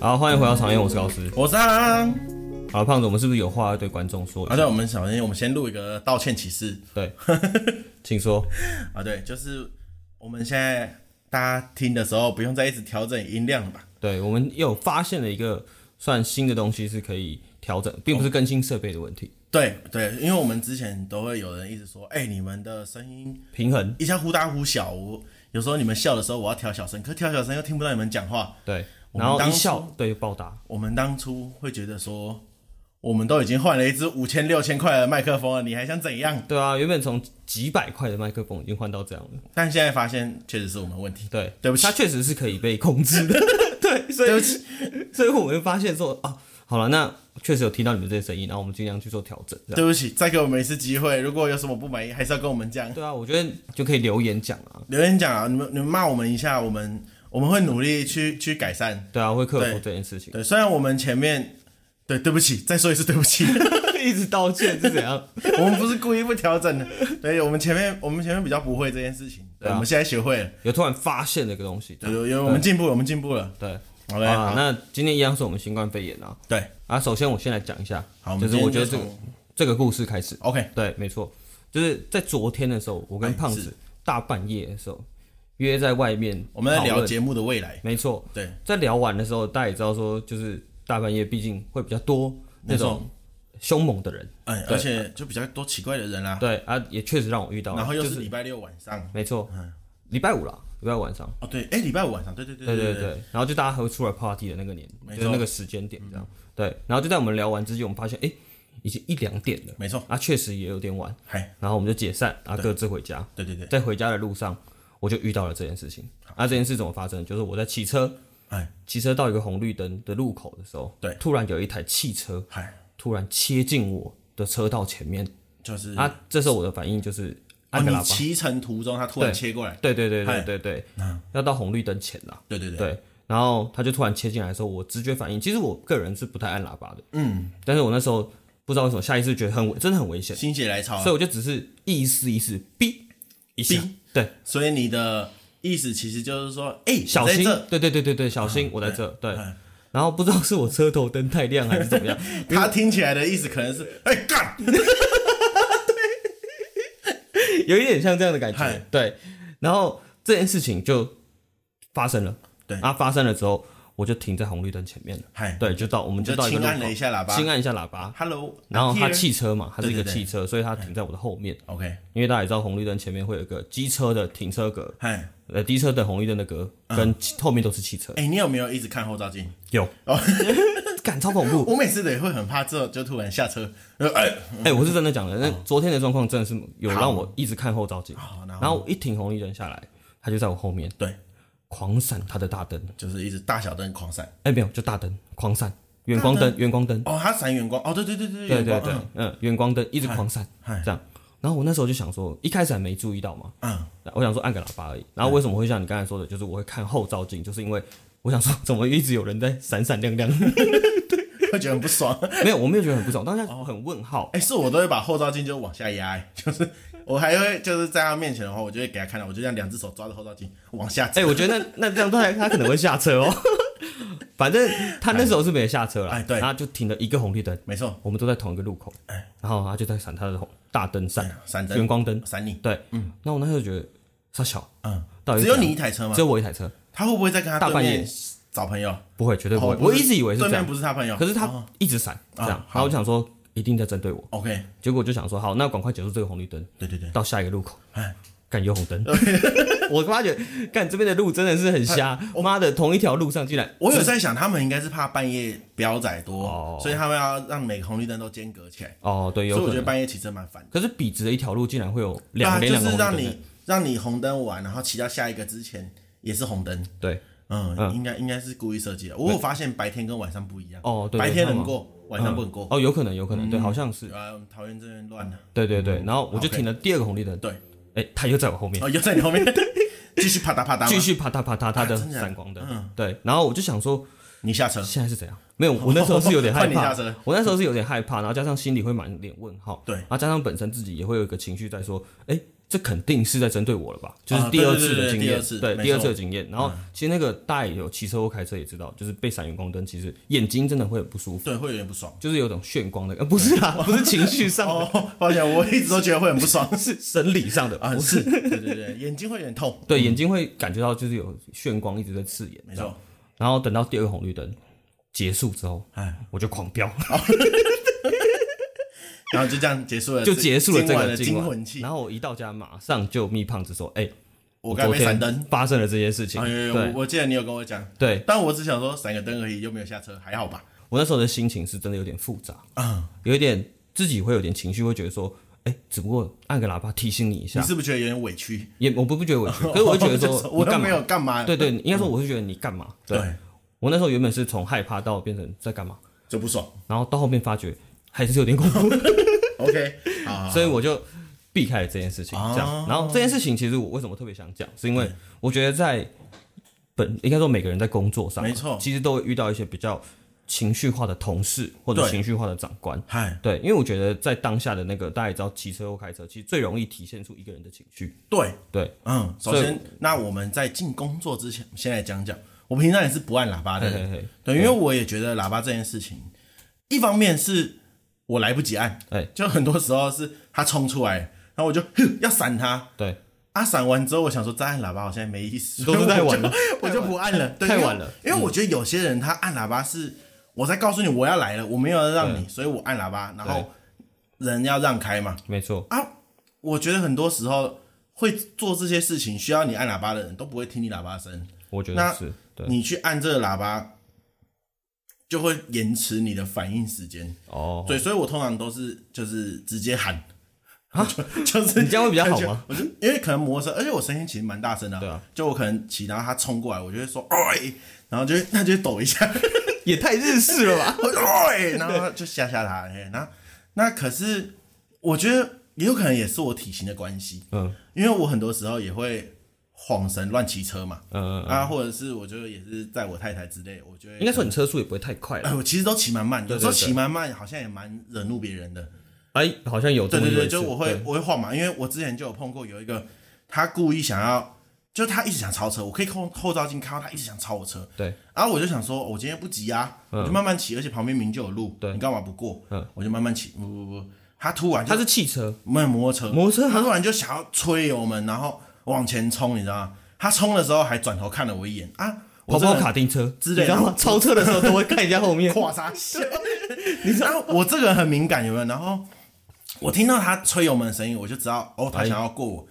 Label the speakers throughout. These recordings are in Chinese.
Speaker 1: 好，欢迎回到场面，我是高斯。
Speaker 2: 我是啊，
Speaker 1: 好，胖子，我们是不是有话要对观众说一
Speaker 2: 啊，
Speaker 1: 下？
Speaker 2: 对，我们首先我们先录一个道歉启事
Speaker 1: 对，请说。
Speaker 2: 啊，对，就是我们现在大家听的时候不用再一直调整音量了吧？
Speaker 1: 对，我们又发现了一个算新的东西，是可以调整，并不是更新设备的问题，
Speaker 2: 对对，因为我们之前都会有人一直说，哎、你们的声音
Speaker 1: 平衡。
Speaker 2: 一下忽大忽小，我有时候你们笑的时候我要调小声，可调小声又听不到你们讲话。
Speaker 1: 对，
Speaker 2: 我们
Speaker 1: 然后
Speaker 2: 当
Speaker 1: 一
Speaker 2: 初
Speaker 1: 笑，对，暴打。
Speaker 2: 我们当初会觉得说，我们都已经换了一支五千六千块的麦克风了，你还想怎样？
Speaker 1: 对啊，原本从几百块的麦克风已经换到这样了。
Speaker 2: 但现在发现确实是我们的问题。
Speaker 1: 对，
Speaker 2: 对不起
Speaker 1: 它确实是可以被控制 的。对，所以
Speaker 2: 对不起，
Speaker 1: 所以我们就发现说啊，好了，那确实有听到你们这些声音，然后我们尽量去做调整。这样
Speaker 2: 对不起，再给我们一次机会，如果有什么不满意，还是要跟我们讲。
Speaker 1: 对啊，我觉得就可以留言讲啊。
Speaker 2: 留言讲啊，你们你们骂我们一下，我们我们会努力去去改善。
Speaker 1: 对啊，会克服
Speaker 2: 对
Speaker 1: 这件事情。
Speaker 2: 对，虽然我们前面对对不起，再说一次对 不起，
Speaker 1: 一直道歉是怎样？
Speaker 2: 我们不是故意不调整的。对，我们前面我们前面比较不会这件事情，对，
Speaker 1: 对啊啊
Speaker 2: 我们现在学会了，
Speaker 1: 有突然发现的一个东西。
Speaker 2: 有有有，我们进步了，我们进步了。
Speaker 1: 对，
Speaker 2: 好嘞，
Speaker 1: 啊，
Speaker 2: 好
Speaker 1: 那今天一样是我们新冠肺炎啊。
Speaker 2: 对，
Speaker 1: 啊，首先我先来讲一下，
Speaker 2: 好，我
Speaker 1: 就
Speaker 2: 们
Speaker 1: 是我觉得这
Speaker 2: 今天
Speaker 1: 个
Speaker 2: 就从
Speaker 1: 这个故事开始。
Speaker 2: OK，
Speaker 1: 对，没错，就是在昨天的时候，我跟
Speaker 2: 哎
Speaker 1: 胖子
Speaker 2: 是
Speaker 1: 大半夜的时候约在外面，
Speaker 2: 我们在聊。节目的未来。
Speaker 1: 没错，
Speaker 2: 对，
Speaker 1: 在聊完的时候，大家也知道说，就是大半夜毕竟会比较多那
Speaker 2: 没错
Speaker 1: 种凶猛的人。
Speaker 2: 嗯，而且就比较多奇怪的人啦，
Speaker 1: 对啊，也确实让我遇到了。
Speaker 2: 然后又嗯
Speaker 1: 就是
Speaker 2: 礼拜六晚上，
Speaker 1: 没错，礼拜五啦，礼拜五晚上。
Speaker 2: 哦对，哎，礼拜五晚上，对对对
Speaker 1: 对对
Speaker 2: 对
Speaker 1: 对，然后就大家还会出来 party 的那个年，
Speaker 2: 没
Speaker 1: 就是
Speaker 2: 错嗯
Speaker 1: 那个时间点这样。对，然后就在我们聊完之际，我们发现哎、诶已经一两点了，
Speaker 2: 没错，
Speaker 1: 啊，确实也有点晚，
Speaker 2: 嗨，
Speaker 1: 然后我们就解散，啊，各自回家。
Speaker 2: 对对对，
Speaker 1: 在回家的路上，我就遇到了这件事情。啊，这件事怎么发生的？就是我在骑车，
Speaker 2: 哎
Speaker 1: 骑车到一个红绿灯的路口的时候，
Speaker 2: 对
Speaker 1: 突然有一台汽车
Speaker 2: 嗨，
Speaker 1: 突然切进我的车道前面，
Speaker 2: 就是
Speaker 1: 啊，这时候我的反应就是
Speaker 2: 哦，
Speaker 1: 按个喇
Speaker 2: 你
Speaker 1: 叭，
Speaker 2: 骑乘途中，他突然切过来，
Speaker 1: 对对对对
Speaker 2: 嗨嗯
Speaker 1: 对对，要到红绿灯前啦。
Speaker 2: 对对对，
Speaker 1: 对，然后他就突然切进来的时候，我直觉反应，其实我个人是不太按喇叭的，嗯，但是我那时候不知道为什么，下意识觉得很危，真的很危险，
Speaker 2: 心血来潮啊
Speaker 1: 所以，我就只是意思意思，哔一下
Speaker 2: 哔，
Speaker 1: 对，
Speaker 2: 所以你的意思其实就是说，哎，
Speaker 1: 小
Speaker 2: 我在
Speaker 1: 心
Speaker 2: 这，啊嗯
Speaker 1: 对对对对对，小心，我在这，对，然后不知道是我车头灯太亮还是 怎么样，
Speaker 2: 他听起来的意思可能是，哎干，
Speaker 1: 有一点像这样的感觉
Speaker 2: 嗨，
Speaker 1: 对，然后这件事情就发生了，
Speaker 2: 对
Speaker 1: 啊，发生了之后，我就停在红绿灯前面了，
Speaker 2: 嗨，
Speaker 1: 对，就到我们
Speaker 2: 你就
Speaker 1: 到一个
Speaker 2: 轻
Speaker 1: 路
Speaker 2: 按
Speaker 1: 口
Speaker 2: 了一，下喇叭
Speaker 1: 轻按一下喇叭，
Speaker 2: ，Hello，
Speaker 1: 然后
Speaker 2: I'm
Speaker 1: 他
Speaker 2: here
Speaker 1: 汽车嘛，它是一个
Speaker 2: 对对对
Speaker 1: 汽车，所以它停在我的后面。
Speaker 2: ，OK，
Speaker 1: 因为大家也知道红绿灯前面会有一个机车的停车格，
Speaker 2: 嗨，
Speaker 1: 呃，机车的红绿灯的格，
Speaker 2: 嗯
Speaker 1: 跟汽后面都是汽车。
Speaker 2: 哎，你有没有一直看后照镜？
Speaker 1: 有， 感超恐怖。
Speaker 2: 我每次都也会很怕，之后就突然下车，呃哎，
Speaker 1: 哎，我是真的讲的，那
Speaker 2: 哦
Speaker 1: 昨天的状况真的是有让我一直看后照镜，
Speaker 2: 好，然
Speaker 1: 然
Speaker 2: 后
Speaker 1: 后一停红绿灯下来，他就在我后面
Speaker 2: 对，
Speaker 1: 狂闪他的大灯，
Speaker 2: 就是一直大小灯狂闪，
Speaker 1: 哎，没有，就大灯狂闪，远光灯，远光灯，
Speaker 2: 哦，他闪远光，哦，对对对对
Speaker 1: 对
Speaker 2: 远
Speaker 1: 对
Speaker 2: 光，
Speaker 1: 对
Speaker 2: 嗯，
Speaker 1: 嗯，远光灯一直狂闪，
Speaker 2: 嗨
Speaker 1: 这样。然后我那时候就想说，一开始还没注意到嘛，
Speaker 2: 嗯，
Speaker 1: 我想说按个喇叭而已。然后为什么会像你刚才说的，就是我会看后照镜，就是因为我想说怎么一直有人在闪闪亮亮？
Speaker 2: 会觉得很不爽。
Speaker 1: 没有，我没有觉得很不爽，当下很问号。
Speaker 2: 哎、是我都会把后照镜就往下压、哎就是我还会就是在他面前的话，我就会给他看到，我就这样两只手抓着后照镜往下走。
Speaker 1: 哎、我觉得那那这样他他可能会下车哦。 反正他那时候是没下车了，
Speaker 2: 哎对哎
Speaker 1: 然后就停了一个红绿灯，
Speaker 2: 没错，
Speaker 1: 我们都在同一个路口，然后他就在闪他的红大灯闪
Speaker 2: 闪
Speaker 1: 远
Speaker 2: 灯
Speaker 1: 光灯，
Speaker 2: 闪你，
Speaker 1: 对，嗯，那我那时候觉得傻小，
Speaker 2: 嗯，
Speaker 1: 到底是
Speaker 2: 只有
Speaker 1: 怎
Speaker 2: 你
Speaker 1: 样，
Speaker 2: 一台车吗
Speaker 1: 只？有我一台车，
Speaker 2: 他会不会在跟他
Speaker 1: 大
Speaker 2: 对
Speaker 1: 半夜
Speaker 2: 面找朋友？
Speaker 1: 不会，绝对不会，
Speaker 2: 哦
Speaker 1: 我
Speaker 2: 不是
Speaker 1: 一直以为是
Speaker 2: 对
Speaker 1: 这
Speaker 2: 面
Speaker 1: 样，
Speaker 2: 不是他朋友，哦
Speaker 1: 可是他一直闪、
Speaker 2: 啊
Speaker 1: 这样，然后我就想说一定在针对我。
Speaker 2: OK，
Speaker 1: 结果我就想说，好，那赶快结束这个红绿灯，
Speaker 2: 对对对，
Speaker 1: 到下一个路口，
Speaker 2: 哎
Speaker 1: 干有红 灯。我发觉，干这边的路真的是很瞎，
Speaker 2: 哎
Speaker 1: 妈的，同一条路上竟然
Speaker 2: 我有在想，他们应该是怕半夜飙仔多，
Speaker 1: 哦
Speaker 2: 所以他们要让每个红绿灯都间隔起来。
Speaker 1: 哦，对，有
Speaker 2: 所以我
Speaker 1: 可
Speaker 2: 觉得
Speaker 1: 能。
Speaker 2: 半夜骑车蛮烦的，
Speaker 1: 可是笔直的一条路竟然会有
Speaker 2: 对
Speaker 1: 两
Speaker 2: 啊，
Speaker 1: 边
Speaker 2: 就
Speaker 1: 两个
Speaker 2: 是
Speaker 1: 红
Speaker 2: 让
Speaker 1: 绿灯，
Speaker 2: 你让你红灯完，然后骑到下一个之前也是红灯。
Speaker 1: 对，
Speaker 2: 嗯，应该应该是故意设计的。我有发现白天跟晚上不一样。
Speaker 1: 哦对对
Speaker 2: 白天
Speaker 1: 他
Speaker 2: 能
Speaker 1: 们
Speaker 2: 过，晚上不能过。
Speaker 1: 哦，有可能，有可能，对，好像是，
Speaker 2: 啊，桃园这边乱了。
Speaker 1: 对对对。然后我就停了第二个红绿灯，
Speaker 2: 嗯对，
Speaker 1: 哎，他又在我后面，
Speaker 2: 哦，又在你 后面，继续啪嗒啪嗒吗。
Speaker 1: 继续啪嗒啪嗒他的
Speaker 2: 啊真的假的
Speaker 1: 闪光灯，对。然后我就想说，
Speaker 2: 你下车。
Speaker 1: 现在是怎样？没有，我那时候是有点害
Speaker 2: 换你
Speaker 1: 怕
Speaker 2: 下车，
Speaker 1: 我那时候是有点害怕，然后加上心里会满脸问号，
Speaker 2: 对
Speaker 1: 然后加上本身自己也会有一个情绪在说，哎、这肯定是在针对我了吧？就是
Speaker 2: 啊
Speaker 1: 第
Speaker 2: 对
Speaker 1: 二
Speaker 2: 对
Speaker 1: 次
Speaker 2: 对
Speaker 1: 的
Speaker 2: 对
Speaker 1: 经
Speaker 2: 第
Speaker 1: 验
Speaker 2: 二，次
Speaker 1: 对
Speaker 2: 没
Speaker 1: 第二
Speaker 2: 错嗯
Speaker 1: 次的经验。然后其实那个大家有骑车或开车也知道，就是被闪远光灯，其实眼睛真的会很不舒服，
Speaker 2: 对，会有点不爽。
Speaker 1: 就是有种眩光的，呃，不是啦， 不是情绪上的，
Speaker 2: 哦，抱歉，我一直都觉得会很不爽
Speaker 1: 是生理上的，
Speaker 2: 啊，
Speaker 1: 不
Speaker 2: 是，对对对，眼睛会有点痛，
Speaker 1: 对，眼睛会感觉到就是有眩光一直在刺眼，
Speaker 2: 没错。
Speaker 1: 然后等到第二个红绿灯结束之后，
Speaker 2: 哎，
Speaker 1: 我就狂 飙，
Speaker 2: 然后就这样结束了，
Speaker 1: 就结束了这
Speaker 2: 今晚
Speaker 1: 个
Speaker 2: 的
Speaker 1: 今
Speaker 2: 惊
Speaker 1: 晚
Speaker 2: 魂记。
Speaker 1: 然后我一到家，马上就密胖子说：“哎、
Speaker 2: 我刚
Speaker 1: 昨
Speaker 2: 被
Speaker 1: 天
Speaker 2: 闪灯，
Speaker 1: 发生了这件事情。
Speaker 2: 啊，有有有，我
Speaker 1: 对
Speaker 2: 我记得你有跟我讲，
Speaker 1: 对，
Speaker 2: 但我只想说闪个灯而已，又没有下车，还好吧？
Speaker 1: 我那时候的心情是真的有点复杂，
Speaker 2: 嗯，
Speaker 1: 有一点自己会有点情绪，会觉得说：“哎、只不过按个喇叭提醒你一
Speaker 2: 你
Speaker 1: 下。
Speaker 2: 是不是觉得有点委屈？”
Speaker 1: 也我不不觉得委啊屈，可是我就觉得
Speaker 2: 就
Speaker 1: 说你
Speaker 2: 是 我又
Speaker 1: 干
Speaker 2: 没
Speaker 1: 嘛？
Speaker 2: 有干嘛，
Speaker 1: 对对，应该说我是觉得你干嘛？对
Speaker 2: 对，
Speaker 1: 我那时候原本是从害怕到变成在干嘛，
Speaker 2: 就不爽。
Speaker 1: 然后到后面发觉还是有点恐怖，
Speaker 2: OK，好，
Speaker 1: 所以我就避开了这件事情。这
Speaker 2: 哦
Speaker 1: 样，然后这件事情其实我为什么特别想讲，是因为我觉得在本应该说每个人在工作上啊，
Speaker 2: 没错
Speaker 1: 其实都会遇到一些比较情绪化的同事或者
Speaker 2: 对
Speaker 1: 情绪化的长官。
Speaker 2: 嗨，
Speaker 1: 对，因为我觉得在当下的那个，大家也知道，骑车或开车，其实最容易体现出一个人的情绪。
Speaker 2: 对，
Speaker 1: 对，
Speaker 2: 嗯，首
Speaker 1: 所
Speaker 2: 先，那我们在进工作之前，先来讲讲，我平常也是不按喇叭的
Speaker 1: 嘿
Speaker 2: 人，
Speaker 1: 嘿嘿，
Speaker 2: 对，因为我也觉得喇叭这件事情，一方面是我来不及按，
Speaker 1: 哎
Speaker 2: 就很多时候是他冲出来，然后我就哼要闪他，
Speaker 1: 对，
Speaker 2: 啊，闪完之后，我想说再按喇叭好像没意 思，
Speaker 1: 都是太晚了
Speaker 2: 所 以我就，我就不按了，对
Speaker 1: 太晚了，嗯
Speaker 2: 因为因为我觉得有些人他按喇叭是我在告诉你我要来了，我没有要让你，
Speaker 1: 嗯
Speaker 2: 所以我按喇叭，然后人要让开嘛，
Speaker 1: 没错，
Speaker 2: 我觉得很多时候会做这些事情需要你按喇叭的人都不会听你喇叭声，
Speaker 1: 我觉
Speaker 2: 那
Speaker 1: 得是对。
Speaker 2: 你去按这个喇叭就会延迟你的反应时间。
Speaker 1: 哦，
Speaker 2: 对，所以我通常都是就是直接喊 就就是
Speaker 1: 啊你这样会比较好吗？
Speaker 2: 我就因为可能摩托车，而且我声音其实蛮大声的、
Speaker 1: 对啊，
Speaker 2: 就我可能骑，然后他冲过来，我就会说哎，然后就会他就会抖一下，
Speaker 1: 也太日式了吧？
Speaker 2: 我就哎，然后就吓吓他。哎，那那可是我觉得也有可能也是我体型的关系，
Speaker 1: 嗯
Speaker 2: 因为我很多时候也会晃神乱骑车嘛，
Speaker 1: 嗯，嗯
Speaker 2: 啊，或者是我觉得也是载我太太之类，我觉得
Speaker 1: 应该说你车速也不会太快了。
Speaker 2: 哎，我其实都骑蛮慢，有时候
Speaker 1: 对对
Speaker 2: 骑蛮慢好像也蛮惹怒别人的。
Speaker 1: 哎，好像有这
Speaker 2: 对
Speaker 1: 么
Speaker 2: 对
Speaker 1: 一回事
Speaker 2: 对，就我会我会晃嘛，因为我之前就有碰过有一个他故意想要，就他一直想超车，我可以后后照镜看到他一直想超我车，
Speaker 1: 对，
Speaker 2: 然后我就想说，哦我今天不急啊，我就慢慢骑，而且旁边明就有路，
Speaker 1: 对
Speaker 2: 你干嘛不过？
Speaker 1: 嗯
Speaker 2: 我就慢慢骑，不不不，他突然就
Speaker 1: 它是汽车，
Speaker 2: 没有摩托车，
Speaker 1: 摩托车
Speaker 2: 他突然就想要吹油门，然后往前冲，你知道吗？他冲的时候还转头看了我一眼啊，我
Speaker 1: 跑
Speaker 2: 真
Speaker 1: 跑
Speaker 2: 的
Speaker 1: 卡丁车
Speaker 2: 之类
Speaker 1: 你
Speaker 2: 的
Speaker 1: 知道吗？超车的时候都会看人家后面。
Speaker 2: 跨啥笑？你知道我这个人很敏感，有没有？然后我听到他吹油门的声音，我就知道哦，
Speaker 1: 哎
Speaker 2: 他想要过我。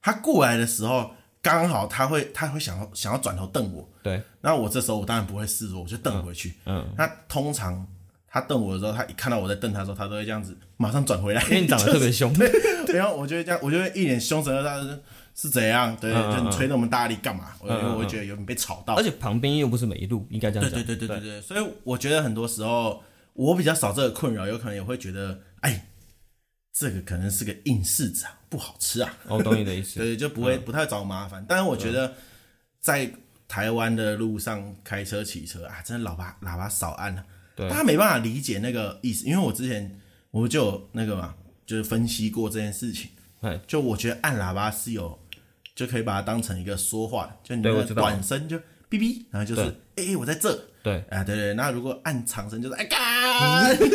Speaker 2: 他过来的时候，刚好他会他会想要想要转头瞪我，
Speaker 1: 对，
Speaker 2: 那我这时候我当然不会示弱，我就瞪回去。
Speaker 1: 嗯，
Speaker 2: 那通常他瞪我的时候，他一看到我在瞪他的时候，他都会这样子马上转回来，
Speaker 1: 因为你 长得特别凶。
Speaker 2: 对，然后我就会这样，我就会一脸凶神恶煞，就是是怎样？对，
Speaker 1: 嗯嗯
Speaker 2: 就你吹那么大力干嘛？我因为
Speaker 1: 嗯嗯
Speaker 2: 我会觉得有点被吵到
Speaker 1: 而。且旁边又不是每路，应该这样
Speaker 2: 对
Speaker 1: 讲。
Speaker 2: 对对对对对，所以我觉得很多时候我比较少这个困扰，有可能也会觉得，哎，这个可能是个应试者，不好吃啊，
Speaker 1: 哦，懂你的意思。
Speaker 2: 对，就不会不太找麻烦。但是我觉得在台湾的路上开车骑车啊，真的喇叭喇叭少按了、
Speaker 1: 对
Speaker 2: 大家没办法理解那个意思，因为我之前我就有那个嘛，就是分析过这件事情
Speaker 1: 哎，
Speaker 2: 就我觉得按喇叭是有就可以把它当成一个说话的，就你
Speaker 1: 对
Speaker 2: 那
Speaker 1: 我
Speaker 2: 个
Speaker 1: 知道
Speaker 2: 短声就哔哔，然后就是哎、哎我在这。
Speaker 1: 对，
Speaker 2: 啊，对对，那如果按长声就是哎
Speaker 1: 嗯
Speaker 2: 嘎，对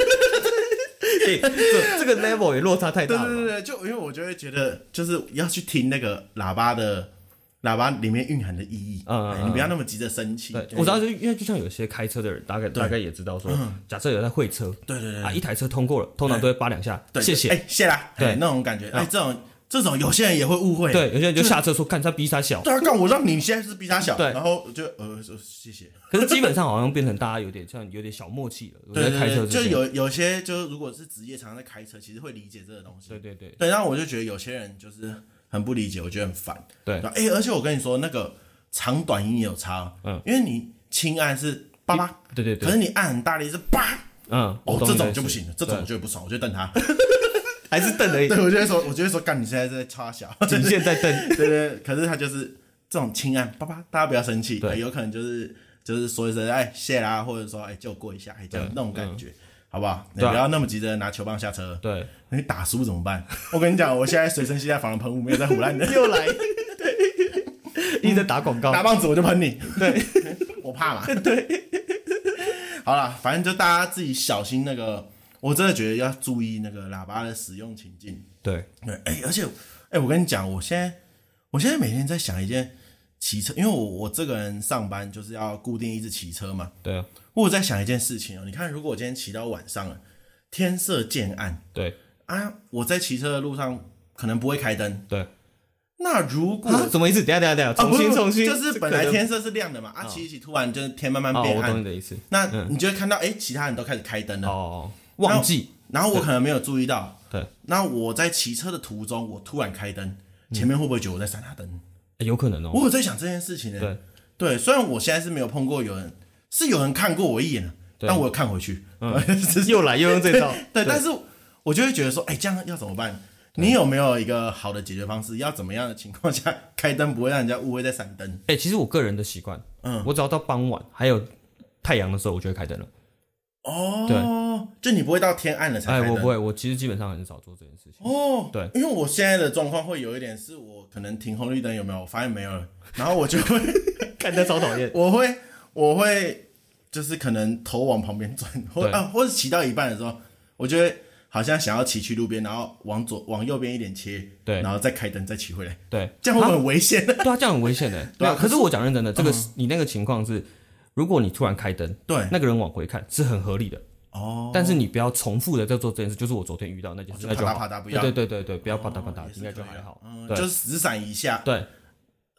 Speaker 1: 对这这个 level 也落差太大
Speaker 2: 对
Speaker 1: 了
Speaker 2: 对
Speaker 1: 吧。
Speaker 2: 对，就因为我就会觉得，就是要去听那个喇叭的喇叭里面蕴含的意义，
Speaker 1: 嗯嗯
Speaker 2: 哎你不要那么急着生气。
Speaker 1: 对，
Speaker 2: 就是
Speaker 1: 我知道，就因为就像有些开车的人，大概大概也知道说，假设有在会车
Speaker 2: 对对对
Speaker 1: 啊，一台车通过了，通常都会叭两下，
Speaker 2: 嗯对，
Speaker 1: 谢谢。
Speaker 2: 哎，谢啦，
Speaker 1: 对啊
Speaker 2: 哎那种感觉，哎，这种这种有些人也会误会，
Speaker 1: 对，有些人就下车说，看他逼他 小。
Speaker 2: 对啊，干我让你现在是比他小，
Speaker 1: 对
Speaker 2: 然后我就呃说谢谢，
Speaker 1: 可是基本上好像变成大家有点像有点小默契了。我
Speaker 2: 对
Speaker 1: 在
Speaker 2: 对
Speaker 1: 开车
Speaker 2: 对，
Speaker 1: 之
Speaker 2: 就
Speaker 1: 前，
Speaker 2: 有有些就是如果是职业常常在开车，其实会理解这个东西，
Speaker 1: 对对对
Speaker 2: 对，然后我就觉得有些人就是很不理解，我觉得很烦。
Speaker 1: 对
Speaker 2: 哎、而且我跟你说，那个长短音也有差哦，
Speaker 1: 嗯
Speaker 2: 因为你轻按是叭叭，
Speaker 1: 对对
Speaker 2: 可
Speaker 1: 对，
Speaker 2: 是你按很大力是叭，
Speaker 1: 嗯，
Speaker 2: 哦
Speaker 1: 我，懂
Speaker 2: 这
Speaker 1: 你的
Speaker 2: 种
Speaker 1: 意思
Speaker 2: 就不行了，这
Speaker 1: 嗯
Speaker 2: 种我就不爽，我就 瞪他。
Speaker 1: 对还是瞪而已
Speaker 2: 对，，我就会说，我就会说，干，你现在在 插小，
Speaker 1: 仅限在瞪。
Speaker 2: 对对，可是他就是这种轻按叭叭，大家不要生气，
Speaker 1: 对
Speaker 2: 哎有可能就是就是说一声哎谢啦，或者说哎就过一下，哎这样
Speaker 1: 对
Speaker 2: 那种感觉。好不好？你
Speaker 1: 嗯对啊
Speaker 2: 不要那么急着拿球棒下车，
Speaker 1: 对，
Speaker 2: 那你打输怎么办？我跟你讲，我现在随身携带防狼喷雾，没有在胡乱的，
Speaker 1: 又来， 一直在打广告
Speaker 2: 打棒子我就喷你，对 我怕嘛，对。 好了，反正就大家自己小心那个，我真的觉得要注意那个喇叭的使用情境。
Speaker 1: 对，
Speaker 2: 对，哎、而且，哎、我跟你讲，我现在，我现在每天在想一件骑车，因为我我这个人上班就是要固定一直骑车嘛，
Speaker 1: 对啊，
Speaker 2: 我有在想一件事情哦、你看，如果我今天骑到晚上了，天色渐暗
Speaker 1: 对，
Speaker 2: 啊，我在骑车的路上可能不会开灯，
Speaker 1: 对。
Speaker 2: 那如果
Speaker 1: 啊，怎么一直？等一下，等一下，等一下，
Speaker 2: 啊
Speaker 1: 重
Speaker 2: 不
Speaker 1: 新，
Speaker 2: 不
Speaker 1: 重新，
Speaker 2: 就是
Speaker 1: 这
Speaker 2: 本
Speaker 1: 可
Speaker 2: 来
Speaker 1: 能
Speaker 2: 天色是亮的嘛，啊，骑一骑，突然就是天慢慢
Speaker 1: 哦，
Speaker 2: 变
Speaker 1: 我
Speaker 2: 暗，
Speaker 1: 懂你的意思。
Speaker 2: 那你就会看到，哎、其他人都开始开灯了，
Speaker 1: 哦，忘记，
Speaker 2: 然后我可能没有注意到，
Speaker 1: 对，
Speaker 2: 那我在骑车的途中，我突然开灯，
Speaker 1: 嗯
Speaker 2: 前面会不会觉得我在闪他灯？
Speaker 1: 欸有可能哦。
Speaker 2: 我有在想这件事情呢、
Speaker 1: 对
Speaker 2: 对，虽然我现在是没有碰过有人，是有人看过我一眼啊，但我有看回去， ，
Speaker 1: 是嗯又来又用这招
Speaker 2: 对，但是我就会觉得说，哎、这样要怎么办？你有没有一个好的解决方式？要怎么样的情况下开灯不会让人家误会在闪灯？
Speaker 1: 哎、其实我个人的习惯，嗯，我只要到傍晚还有太阳的时候，我就会开灯了。
Speaker 2: 哦，对，就你不会到天暗了才
Speaker 1: 哎，
Speaker 2: 开灯。
Speaker 1: 我不会，我其实基本上很少做这件事 情。
Speaker 2: 哦，
Speaker 1: 对，
Speaker 2: 因为我现在的状况会有一点是我可能停红绿灯有没有？我发现没有了，然后我就 会。
Speaker 1: 看得超讨厌
Speaker 2: 我会我会就是可能头往旁边转，或
Speaker 1: 对
Speaker 2: 啊，或者骑到一半的时候，我就会好像想要骑去路边，然后往左往右边一点切，
Speaker 1: 对
Speaker 2: 然后再开灯再骑回来，
Speaker 1: 对，
Speaker 2: 这样会不会很危险呢？
Speaker 1: 对啊，这样很危险 的、
Speaker 2: 对
Speaker 1: 对
Speaker 2: 啊嗯
Speaker 1: 啊，可是我讲认真的，这个是、你那个情况是，如果你突然开灯，
Speaker 2: 对，
Speaker 1: 那个人往回看是很合理的，
Speaker 2: 哦，
Speaker 1: 但是你不要重复的在做这件事，就是我昨天遇到那件事，
Speaker 2: 就
Speaker 1: 那就
Speaker 2: 啪嗒
Speaker 1: 好
Speaker 2: 啪嗒不
Speaker 1: 对
Speaker 2: 要
Speaker 1: 对对对对，不要啪嗒啪
Speaker 2: 也
Speaker 1: 嗒，
Speaker 2: 是
Speaker 1: 应该就
Speaker 2: 可以
Speaker 1: 还
Speaker 2: 啊
Speaker 1: 好。
Speaker 2: 嗯，
Speaker 1: 对
Speaker 2: 就是只闪一下，
Speaker 1: 对，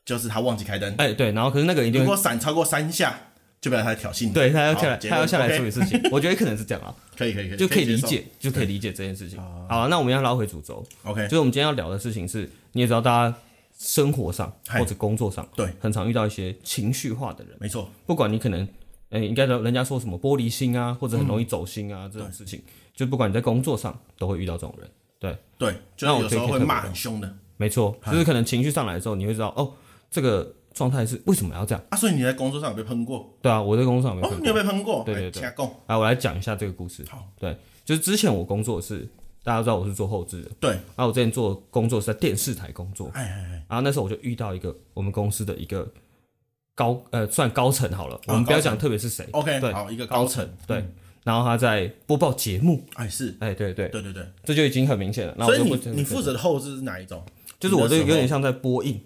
Speaker 2: 就是他忘记开灯，
Speaker 1: 哎、对，然后可是那个人一定
Speaker 2: 如
Speaker 1: 会
Speaker 2: 果闪超过三下，就表示他在挑衅你，
Speaker 1: 对他要
Speaker 2: 好
Speaker 1: 下来，
Speaker 2: 结
Speaker 1: 他要
Speaker 2: 论
Speaker 1: 下来
Speaker 2: OK
Speaker 1: 处理事情，我觉得可能是这样啊，
Speaker 2: 可以可以可以，
Speaker 1: 就可以理
Speaker 2: 接受啊
Speaker 1: 解，就可以理解这件事情。好，啊那我们要拉回主轴，
Speaker 2: ，OK，
Speaker 1: 就是我们今天要聊的事情是，你也知道，大家生活上
Speaker 2: 嗨
Speaker 1: 或者工作上，
Speaker 2: 对，
Speaker 1: 很常遇到一些情绪化的人，
Speaker 2: 没错，
Speaker 1: 不管你可能，呃，应该人家说什么玻璃心啊，或者很
Speaker 2: 嗯
Speaker 1: 容易走心啊、这种事情，就不管你在工作上都会遇到这种人，对，
Speaker 2: 对，就
Speaker 1: 那
Speaker 2: 是
Speaker 1: 我
Speaker 2: 有
Speaker 1: 可
Speaker 2: 时
Speaker 1: 以
Speaker 2: 候
Speaker 1: 可以
Speaker 2: 会
Speaker 1: 特别
Speaker 2: 骂
Speaker 1: 懂
Speaker 2: 很凶的
Speaker 1: 没错，就是可能情绪上来的时候，你会知道哦，这个状态是为什么要这样？
Speaker 2: 啊，所以你在工作上有被喷过？
Speaker 1: 对啊，我在工作上有没有
Speaker 2: 哦，
Speaker 1: 碰
Speaker 2: 你有被喷过？
Speaker 1: 对对
Speaker 2: 哎
Speaker 1: 对
Speaker 2: 掐供
Speaker 1: 来，我来讲一下这个故事。
Speaker 2: 好，
Speaker 1: 对，就是之前我工作是大家都知道我是做后置的，
Speaker 2: 对，
Speaker 1: 那我之前做工作是在电视台工作，
Speaker 2: 哎哎哎，
Speaker 1: 然后那时候我就遇到一个我们公司的一个高呃算高层好
Speaker 2: 啊
Speaker 1: 了，我们不要讲特别是谁
Speaker 2: OK，
Speaker 1: 对
Speaker 2: 好，一个高层，嗯
Speaker 1: 对，然后他在播报节目，
Speaker 2: 哎是，
Speaker 1: 哎对对，
Speaker 2: 对对对，
Speaker 1: 这就已经很明显了。那我
Speaker 2: 所以
Speaker 1: 就不
Speaker 2: 你你负责的后置是哪一种？
Speaker 1: 就是我这个
Speaker 2: 你
Speaker 1: 有
Speaker 2: 的时候
Speaker 1: 点像在播映，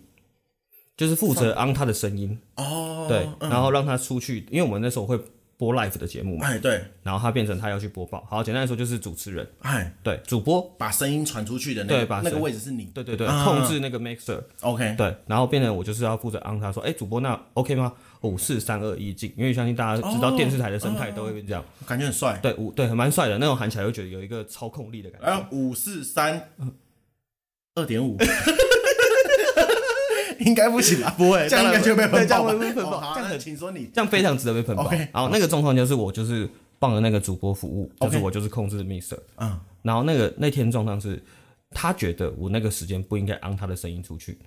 Speaker 1: 就是负责 on 他的声音，
Speaker 2: 哦，
Speaker 1: 对，然后让他出去，因为我们那时候会播 live 的节目嘛，
Speaker 2: 哎对，
Speaker 1: 然后他变成他要去播报。好，简单来说就是主持人，
Speaker 2: 哎，
Speaker 1: 对，主播
Speaker 2: 把声音传出去的那
Speaker 1: 对
Speaker 2: 个
Speaker 1: 把
Speaker 2: 那个
Speaker 1: 声
Speaker 2: 位置是你
Speaker 1: 对对对，
Speaker 2: 啊
Speaker 1: 控制那个 mixer，
Speaker 2: ，OK，
Speaker 1: 对，然后变成我就是要负责 on 他说，哎，主播那 OK 吗？五四三二一进，因为相信大家知道电视台的生态都会这样，
Speaker 2: 感觉很帅。
Speaker 1: 对，五对，很蛮帅的那种喊起来，就觉得有一个操控力的感觉。
Speaker 2: 然后五四三，二点五， 应该不行吧？
Speaker 1: 不会
Speaker 2: 这样应该就被喷
Speaker 1: 对这样
Speaker 2: 爆
Speaker 1: 会
Speaker 2: 吧。
Speaker 1: 被喷爆
Speaker 2: 哦好
Speaker 1: 这样
Speaker 2: 那
Speaker 1: 很
Speaker 2: 请说你
Speaker 1: 这样非常值得被喷爆。
Speaker 2: OK
Speaker 1: 然后那个状况就是我就是帮了那个主播服务，就是
Speaker 2: OK
Speaker 1: 我就是控制 mixer，
Speaker 2: 嗯，
Speaker 1: 然后那个那天状况是，他觉得我那个时间不应该让他的声音出去，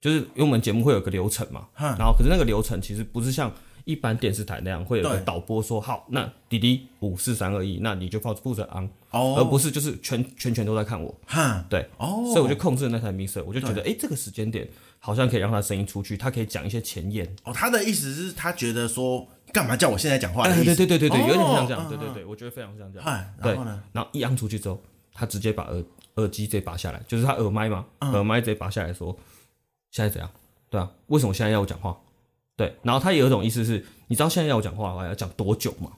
Speaker 1: 就是因为我们节目会有个流程嘛，然后可是那个流程其实不是像一般电视台那样会有个
Speaker 2: 对
Speaker 1: 导播说好，那滴滴五四三二一，那你就负负责 on，、而
Speaker 2: 哦，
Speaker 1: 不是就是全全全都在看我，
Speaker 2: 哈，
Speaker 1: 对，
Speaker 2: 哦
Speaker 1: 所以我就控制了那台 mixer，我就觉得诶，这个时间点好像可以让他声音出去，他可以讲一些前言，
Speaker 2: 哦，他的意思是，他觉得说，干嘛叫我现在讲话的
Speaker 1: 哎，
Speaker 2: 意思？
Speaker 1: 对对对对对，有点像这
Speaker 2: 哦
Speaker 1: 样，对对对，我觉得非常像这样。
Speaker 2: 嗨，
Speaker 1: 对
Speaker 2: 然后呢？，
Speaker 1: 然后一昂出去之后，他直接把耳耳机直接拔下来，就是他耳麦嘛，
Speaker 2: 嗯
Speaker 1: 耳麦直接拔下来说，现在怎样？对啊，为什么现在要我讲话？对，然后他也有一种意思是，你知道现在要我讲话的话要讲多久吗？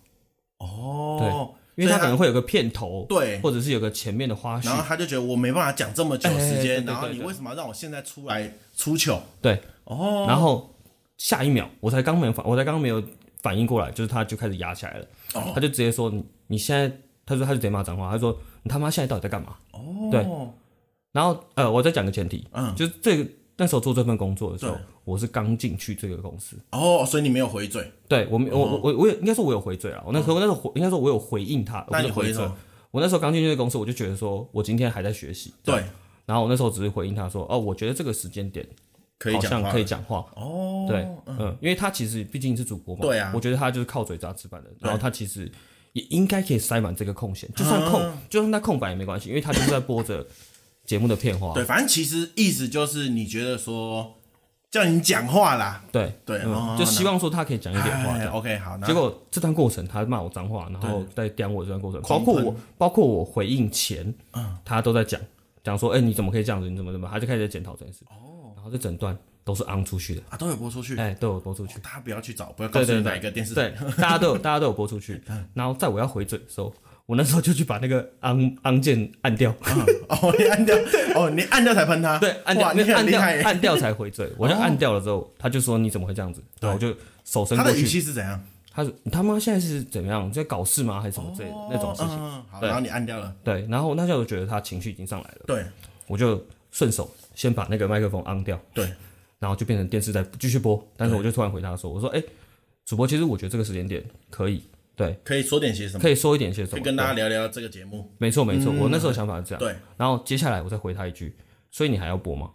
Speaker 2: 哦，
Speaker 1: 因为他
Speaker 2: 所
Speaker 1: 可
Speaker 2: 以
Speaker 1: 能会有个片头，
Speaker 2: 对
Speaker 1: 或者是有个前面的花
Speaker 2: 然后
Speaker 1: 絮，
Speaker 2: 他就觉得我没办法讲这么久的时
Speaker 1: 哎对对
Speaker 2: 间，
Speaker 1: 对
Speaker 2: 然后你
Speaker 1: 对
Speaker 2: 为什么要让我现在出来出糗？
Speaker 1: 对，
Speaker 2: 哦，
Speaker 1: 然后下一秒我才刚没有反，我才刚没有反应过来，就是他就开始压起来了，
Speaker 2: 哦
Speaker 1: 他就直接说你你现在，他说他就直接骂脏话，他说你他妈现在到底在干嘛？
Speaker 2: 哦，
Speaker 1: 对然后呃，我再讲个前提，
Speaker 2: 嗯
Speaker 1: 嗯，就是这个那时候做这份工作的时候
Speaker 2: 对，
Speaker 1: 我是刚进去这个公司，
Speaker 2: 哦，所以你没有回嘴，
Speaker 1: 对我没我
Speaker 2: 哦
Speaker 1: 我我我也应该说我有回嘴了，我那时候、那时候回应该说我有回应他，
Speaker 2: 嗯那
Speaker 1: 我不
Speaker 2: 你
Speaker 1: 是
Speaker 2: 回
Speaker 1: 回
Speaker 2: 什
Speaker 1: 嘴
Speaker 2: 么？。
Speaker 1: 我那时候刚进去这个公司，我就觉得说我今天还在学习，
Speaker 2: 对，
Speaker 1: 然后我那时候只是回应他说，哦，我觉得这个时间点
Speaker 2: 可以
Speaker 1: 好
Speaker 2: 讲
Speaker 1: 像
Speaker 2: 话，
Speaker 1: 可以讲话，嗯
Speaker 2: 哦，
Speaker 1: 对，嗯，因为他其实毕竟是主播嘛，
Speaker 2: 对啊
Speaker 1: 我觉得他就是靠嘴扎吃饭的，然后他其实也应该可以塞满这个空闲，就算
Speaker 2: 啊
Speaker 1: 空，就算它空白也没关系，因为它就是在播着节目的片花。
Speaker 2: 对，反正其实意思就是你觉得说叫你讲话啦，
Speaker 1: 对
Speaker 2: 对
Speaker 1: 嗯
Speaker 2: 哦
Speaker 1: 就希望说他可以讲一点话这
Speaker 2: 哎
Speaker 1: 样。
Speaker 2: ，OK，好，那
Speaker 1: 结果这段过程他骂我脏话，然后在刁我这段过程，包
Speaker 2: 狂
Speaker 1: 括
Speaker 2: 喷嗯
Speaker 1: 我，包括我回应前，他都在讲讲说，哎、你怎么可以这样子？你怎么怎么？他就开始在检讨这件事。哦，然后这整段都是昂出去的，
Speaker 2: 啊都有播出去，
Speaker 1: 哎、都有播出去。
Speaker 2: 大家不要去找，不要告
Speaker 1: 对
Speaker 2: 诉
Speaker 1: 对
Speaker 2: 你
Speaker 1: 对，
Speaker 2: 哪一个电视台
Speaker 1: 对，大家都有， 大家都有播出去。然后在我要回嘴的时候，我那时候就去把那个昂昂键按掉，
Speaker 2: 哦，你按掉，哦，你按掉才喷他，
Speaker 1: 对，按掉，
Speaker 2: 哇你
Speaker 1: 按
Speaker 2: 很厉
Speaker 1: 掉，
Speaker 2: 害。哦
Speaker 1: 按掉才回 嘴。我就按掉了之后，他就说你怎么会这样子？然后我就手伸
Speaker 2: 他
Speaker 1: 过
Speaker 2: 的语
Speaker 1: 去，
Speaker 2: 气是怎样？
Speaker 1: 他说你他妈现在是怎么样？你在搞事吗？还是什么之类的那种事情？
Speaker 2: 嗯，好，然后你按掉了，
Speaker 1: 对，然后那时候我觉得他情绪已经上来了，
Speaker 2: 对，
Speaker 1: 我就顺手先把那个麦克风昂掉，
Speaker 2: 对，
Speaker 1: 然后就变成电视在继续播。但是我就突然回他说，我说哎，主播，其实我觉得这个时间点可以，对，
Speaker 2: 可以说点些什么，
Speaker 1: 可以说一点些什
Speaker 2: 可以
Speaker 1: 么，
Speaker 2: 跟大家聊聊这个节目。
Speaker 1: 没错没错，我那时候想法是这样。
Speaker 2: 嗯对，
Speaker 1: 然后接下来我再回他一句，所以你还要播吗？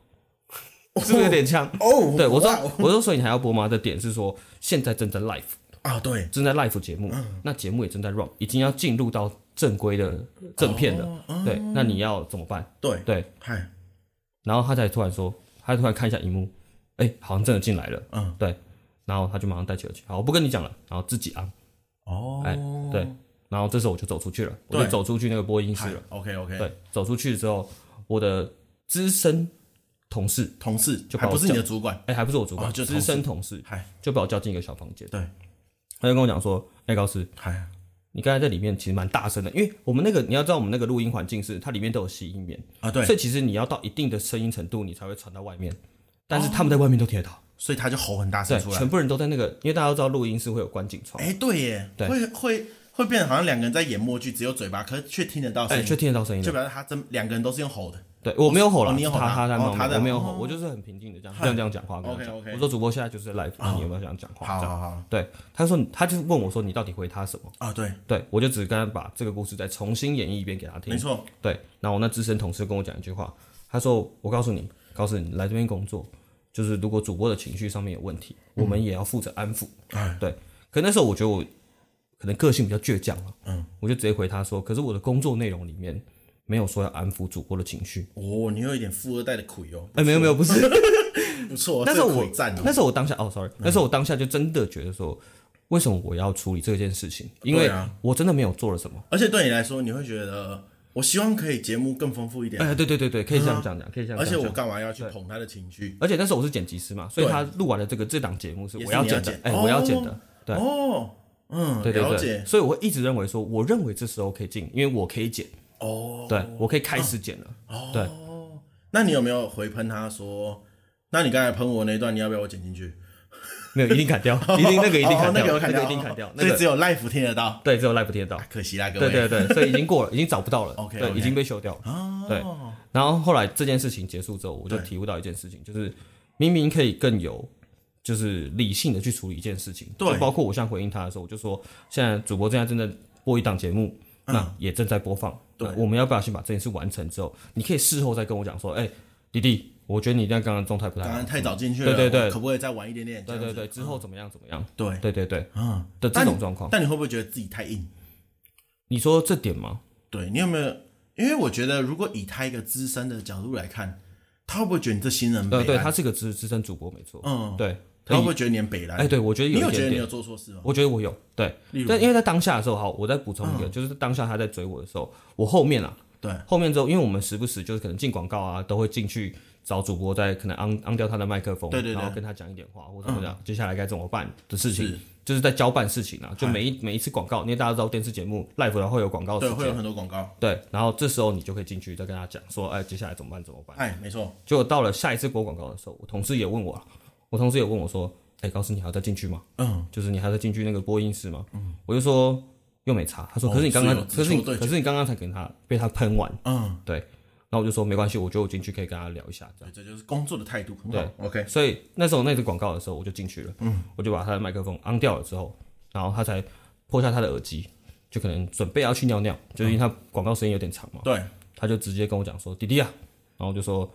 Speaker 1: 是不是有点呛？
Speaker 2: 哦
Speaker 1: 对，我说
Speaker 2: 哇
Speaker 1: 我说，所以你还要播吗？的点是说，现在正在 live，
Speaker 2: 啊，对，
Speaker 1: 正在 live 节目，
Speaker 2: 嗯
Speaker 1: 那节目也正在 run，已经要进入到正规的
Speaker 2: 哦
Speaker 1: 正片了。
Speaker 2: 啊
Speaker 1: 对，那你要怎么办？
Speaker 2: 对，
Speaker 1: 对，
Speaker 2: 嗨，
Speaker 1: 然后他才突然说，他突然看一下荧幕，哎，好像真的进来了。
Speaker 2: 嗯，
Speaker 1: 对，然后他就马上戴起耳机，好，我不跟你讲了，然后自己按，
Speaker 2: 哦，
Speaker 1: 哎，对，然后这时候我就走出去了，我就
Speaker 2: 对
Speaker 1: 走出去那个播音室了。
Speaker 2: ，OK OK，
Speaker 1: 对，走出去之后，我的资深同事，
Speaker 2: 同事
Speaker 1: 就把
Speaker 2: 还
Speaker 1: 我
Speaker 2: 不是你的主管，
Speaker 1: 哎、还不是我主管，
Speaker 2: 哦就
Speaker 1: 资
Speaker 2: 同事
Speaker 1: 深同事
Speaker 2: 嗨
Speaker 1: 就把我叫进一个小房间，
Speaker 2: 对，
Speaker 1: 他就跟我讲说，哎、高斯，
Speaker 2: 嗨，
Speaker 1: 你刚才在里面其实蛮大声的，因为我们那个你要知道，我们那个录音环境是它里面都有吸音棉，
Speaker 2: 啊，对
Speaker 1: 所，以其实你要到一定的声音程度，你才会传到外面，但是他们在外面都听得到，
Speaker 2: 所以他就吼很大
Speaker 1: 对
Speaker 2: 哦声，出来
Speaker 1: 全，部人都在那个，因为大家都知道录音室会有关景窗，
Speaker 2: 哎，对耶，
Speaker 1: 对
Speaker 2: 会会会变得好像两个人在演默剧，只有嘴巴，可是却听得到
Speaker 1: 哎、
Speaker 2: 声音，
Speaker 1: 却听得到声音
Speaker 2: 就
Speaker 1: 的。
Speaker 2: 表示他真两个人都是用吼的，
Speaker 1: 对，我没有吼了，
Speaker 2: 哦你有吼
Speaker 1: 他
Speaker 2: 他
Speaker 1: 他在
Speaker 2: 哦
Speaker 1: 忙
Speaker 2: 他在
Speaker 1: 我没有吼，我就是很平静的这样这样这样讲话跟他讲。
Speaker 2: OK，OK
Speaker 1: 我说主播现在就是 live，那你有没有想讲话？
Speaker 2: 好
Speaker 1: 这样
Speaker 2: 好好，
Speaker 1: 对，他说你他就问我说你到底回他什么？
Speaker 2: 啊，对，
Speaker 1: 对我就只跟他把这个故事再重新演绎一遍给他听
Speaker 2: 没。错，
Speaker 1: 对，然后我那资深同事跟我讲一句话，他说我告诉你，告诉你来这边工作，就是如果主播的情绪上面有问题，我们也要负责安抚。
Speaker 2: 嗯哎
Speaker 1: 对，可那时候我觉得我可能个性比较倔强了，嗯，我就直接回他说，可是我的工作内容里面没有说要安抚主播的情绪。
Speaker 2: 哦，你有一点富二代的苦哟，
Speaker 1: 哎，没有没有，不是，
Speaker 2: 不错，
Speaker 1: 那时候
Speaker 2: 这个
Speaker 1: 我
Speaker 2: 苦赞哦，
Speaker 1: 那时候我当下哦，sorry，那时候我当下就真的觉得说，为什么我要处理这件事情？因
Speaker 2: 对
Speaker 1: 为
Speaker 2: 啊
Speaker 1: 我真的没有做了什么。
Speaker 2: 而且对你来说，你会觉得我希望可以节目更丰富一点，
Speaker 1: 哎，对对对对，可以这样讲讲，可以这样讲。
Speaker 2: 啊而且我
Speaker 1: 讲
Speaker 2: 干嘛要去捧他的情绪？
Speaker 1: 而且那时候我是剪辑师嘛，所以他录完了这个这档节目是
Speaker 2: 也是
Speaker 1: 我要
Speaker 2: 你要
Speaker 1: 剪的
Speaker 2: 剪，
Speaker 1: 哎，
Speaker 2: 哦
Speaker 1: 我要剪的，对
Speaker 2: 哦，嗯，
Speaker 1: 对
Speaker 2: 了
Speaker 1: 对
Speaker 2: 解
Speaker 1: 对，所以我会一直认为说，我认为这时候可以进，因为我可以剪，
Speaker 2: 哦。
Speaker 1: 对我可以开始剪了，对，
Speaker 2: 那你有没有回喷他说？那你刚才喷我那一段，你要不要我剪进去？
Speaker 1: 没有一定砍掉，一定那个一定
Speaker 2: 哦
Speaker 1: 砍
Speaker 2: 那
Speaker 1: 掉，
Speaker 2: 个有
Speaker 1: 那
Speaker 2: 砍
Speaker 1: 个
Speaker 2: 掉，
Speaker 1: 一定砍掉
Speaker 2: 哦，
Speaker 1: 那
Speaker 2: 所以只
Speaker 1: 个
Speaker 2: 有 live 听得到，
Speaker 1: 对只有 live 听得到，
Speaker 2: 可惜啦，各
Speaker 1: 对
Speaker 2: 位。
Speaker 1: 对对，所以已经过了，已 经找不到了
Speaker 2: OK，
Speaker 1: 对，
Speaker 2: OK
Speaker 1: 已经被修掉了。
Speaker 2: 哦，
Speaker 1: 对，然后后来这件事情结束之后，我就体悟到一件事情，就是明明可以更有就是理性的去处理一件事情，
Speaker 2: 对
Speaker 1: 就包括我像回应他的时候，我就说现在主播现在正在播一档节目，那也正在播放，
Speaker 2: 嗯对
Speaker 1: 那我们要不要先把这件事完成之后，你可以事后再跟我讲说，哎，弟弟，我觉得你这样刚刚状态不太
Speaker 2: 刚
Speaker 1: 好
Speaker 2: 刚，太早进去了，
Speaker 1: 对对对
Speaker 2: 可不可以再晚一点点？
Speaker 1: 对对
Speaker 2: 这
Speaker 1: 对，
Speaker 2: 样子
Speaker 1: 之后怎么样怎么样，
Speaker 2: 对，
Speaker 1: 对对对
Speaker 2: 嗯，
Speaker 1: 的这
Speaker 2: 但
Speaker 1: 种状况，
Speaker 2: 但你会不会觉得自己太硬？
Speaker 1: 你说这点吗？
Speaker 2: 对你有没有？因为我觉得，如果以他一个资深的角度来看，他会不会觉得你这新人北
Speaker 1: 对
Speaker 2: 兰？
Speaker 1: 对，他是个资资深主播没错，
Speaker 2: 嗯，
Speaker 1: 对，
Speaker 2: 他会不会觉得你很北兰？
Speaker 1: 哎，对我觉得
Speaker 2: 你
Speaker 1: 有
Speaker 2: 有
Speaker 1: 一
Speaker 2: 觉
Speaker 1: 点
Speaker 2: 得你有
Speaker 1: 点，
Speaker 2: 做错事吗？
Speaker 1: 我觉得我有，对。
Speaker 2: 例如，嗯
Speaker 1: 但因为在当下的时候，好，我再补充一个，就是当下他在追我的时候，我后面啊，
Speaker 2: 对，
Speaker 1: 后面之后，因为我们时不时就是可能进广告啊，都会进去找主播，在可能昂昂掉他的麦克风，
Speaker 2: 对对对嗯
Speaker 1: 然后跟他讲一点话，或者怎么讲，接下来该怎么办的事情
Speaker 2: 是，哎
Speaker 1: 就是在交办事情啊，就每一每一次广告，因为大家知道电视节目 live 然后有广告时
Speaker 2: 对，会有
Speaker 1: 间，
Speaker 2: 很多广告。
Speaker 1: 对，然后这时候你就可以进去再跟他讲说，哎，接下来怎么办怎么办。
Speaker 2: 哎，没错，
Speaker 1: 结果到了下一次播广告的时候，我同事也问我，啊我同事也问我说，哎，高斯你还要再进去吗？
Speaker 2: 嗯，
Speaker 1: 就是你还在进去那个播音室吗？我就说又没查，他说可是你刚刚，
Speaker 2: 哦是
Speaker 1: 可
Speaker 2: 有
Speaker 1: 是你
Speaker 2: 直球对决
Speaker 1: 可是你刚刚才跟他被他喷完，
Speaker 2: 嗯，
Speaker 1: 对，然后我就说没关系，我觉得我进去可以跟他聊一下这样。
Speaker 2: 对，这就是工作的态度，很好。OK，
Speaker 1: 所以那时候那支广告的时候，我就进去了，嗯，我就把他的麦克风昂掉了之后，然后他才脱下他的耳机，就可能准备要去尿尿，就是因为他广告时间有点长嘛，
Speaker 2: 对，
Speaker 1: 啊他就直接跟我讲说弟弟啊，然后我就说，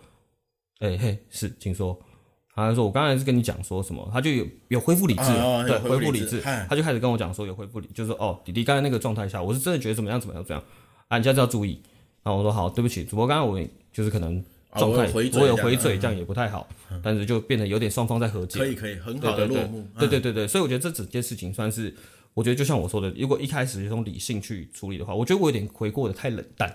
Speaker 1: 哎、嘿是，请说，他就说我刚才是跟你讲说什么，他就有有恢复理智了，
Speaker 2: 哦哦有
Speaker 1: 对，
Speaker 2: 恢复
Speaker 1: 恢
Speaker 2: 理
Speaker 1: 复
Speaker 2: 智
Speaker 1: 理智
Speaker 2: 嗨，
Speaker 1: 他就开始跟我讲说有恢复理，就是说哦，弟弟刚才那个状态下，我是真的觉得怎么样怎么样怎么样，啊，你下次要注意。然后我说好，对不起，主播，刚刚我就是可能
Speaker 2: 啊
Speaker 1: 状态、
Speaker 2: 我有回嘴
Speaker 1: 我有
Speaker 2: 这样嗯
Speaker 1: 回嘴，这样也不太好，但是就变得有点双方在和解，
Speaker 2: 可以可以，很
Speaker 1: 对
Speaker 2: 好
Speaker 1: 对
Speaker 2: 的落
Speaker 1: 对
Speaker 2: 幕。嗯
Speaker 1: 对对对对，所以我觉得这整件事情算是，我觉得就像我说的，如果一开始用理性去处理的话，我觉得我有点回过的太冷淡，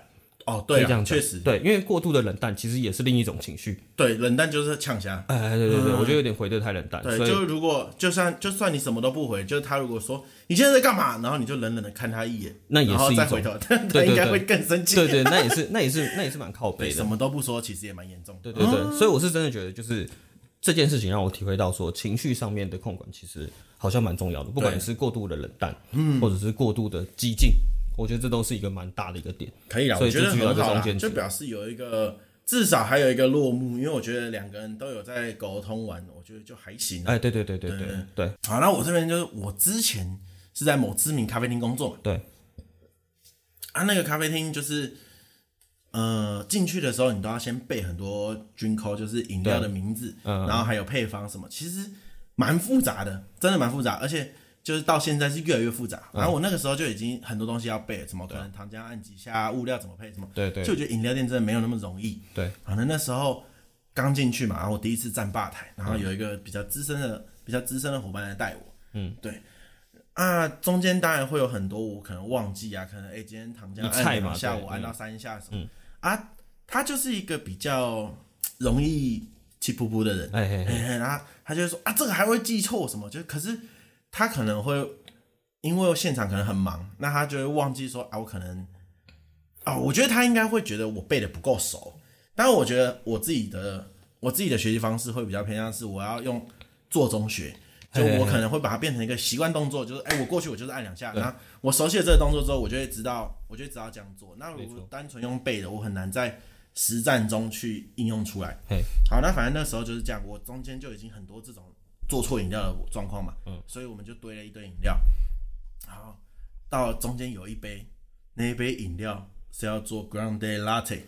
Speaker 2: 哦，对
Speaker 1: 可以这
Speaker 2: 啊，
Speaker 1: 样讲
Speaker 2: 确实，
Speaker 1: 对，因为过度的冷淡其实也是另一种情绪，
Speaker 2: 对冷淡就是呛虾。
Speaker 1: 哎，对对对，我觉得有点回的太冷淡，
Speaker 2: 对，
Speaker 1: 所以
Speaker 2: 就如果就算就算你什么都不回，就是他如果说你现在在干嘛，然后你就冷冷的看他一眼，
Speaker 1: 那也
Speaker 2: 然后
Speaker 1: 是一
Speaker 2: 再
Speaker 1: 种
Speaker 2: 回头， 他
Speaker 1: 对
Speaker 2: 应该
Speaker 1: 对
Speaker 2: 会更生气。
Speaker 1: 对对，那也是那也是那也是蛮靠背
Speaker 2: 什
Speaker 1: 的，
Speaker 2: 么都不说，其实也蛮严重
Speaker 1: 对
Speaker 2: 的。
Speaker 1: 对对，所以我是真的觉得就是。这件事情让我体会到，说情绪上面的控管其实好像蛮重要的，不管
Speaker 2: 对
Speaker 1: 是过度的冷淡，嗯，或者是过度的激进，我觉得这都是一个蛮大的一个点。
Speaker 2: 可以啦，
Speaker 1: 所
Speaker 2: 我
Speaker 1: 以
Speaker 2: 觉
Speaker 1: 就
Speaker 2: 得
Speaker 1: 只有
Speaker 2: 很
Speaker 1: 这
Speaker 2: 好啦
Speaker 1: 中，间值
Speaker 2: 就表示有一个至少还有一个落幕，因为我觉得两个人都有在沟通完，我觉得就还行啊。
Speaker 1: 哎，对对对对对对
Speaker 2: 好，那我这边就是我之前是在某知名咖啡厅工作嘛，
Speaker 1: 对，
Speaker 2: 啊，那个咖啡厅就是。呃，进去的时候你都要先背很多军扣，就是饮料的名字，然后还有配方什么，其实蛮复杂的，真的蛮复杂，而且就是到现在是越来越复杂。然后我那个时候就已经很多东西要背了，什么可能糖浆按几下，物料怎么配，什么
Speaker 1: 对对
Speaker 2: 就我觉得饮料店真的没有那么容易。
Speaker 1: 对，
Speaker 2: 反正那时候刚进去嘛，然后我第一次站吧台，然
Speaker 1: 嗯
Speaker 2: 后有一个比较资深的、比较资深的伙伴来带我。嗯，对。啊，中间当然会有很多我可能忘记啊，可能哎、今天糖浆
Speaker 1: 你菜
Speaker 2: 按
Speaker 1: 嘛
Speaker 2: 两下，
Speaker 1: 对
Speaker 2: 我按
Speaker 1: 嗯
Speaker 2: 到三下什么、啊，他就是一个比较容易气噗噗的人，
Speaker 1: 哎哎哎
Speaker 2: 嘿嘿然后他就会说啊，这个还会记错什么？就可是他可能会因为现场可能很忙，那他就会忘记说啊，我可能啊，我觉得他应该会觉得我背的不够熟。但我觉得我自己的我自己的学习方式会比较偏向是我要用做中学，就
Speaker 1: 嘿嘿
Speaker 2: 我
Speaker 1: 嘿
Speaker 2: 可能会把它变成一个习惯动作，就是哎、我过去我就是按两下，那我熟悉了这个动作之后，我就会知道，我就会知道这样做。那如
Speaker 1: 没
Speaker 2: 果
Speaker 1: 错
Speaker 2: 单纯用背的，我很难在实战中去应用出来
Speaker 1: 嘿。
Speaker 2: 好，那反正那时候就是这样，我中间就已经很多这种做错饮料的状况嘛，嗯，所以我们就堆了一堆饮料，然后到中间有一杯，那一杯饮料是要做 Ground Day Latte，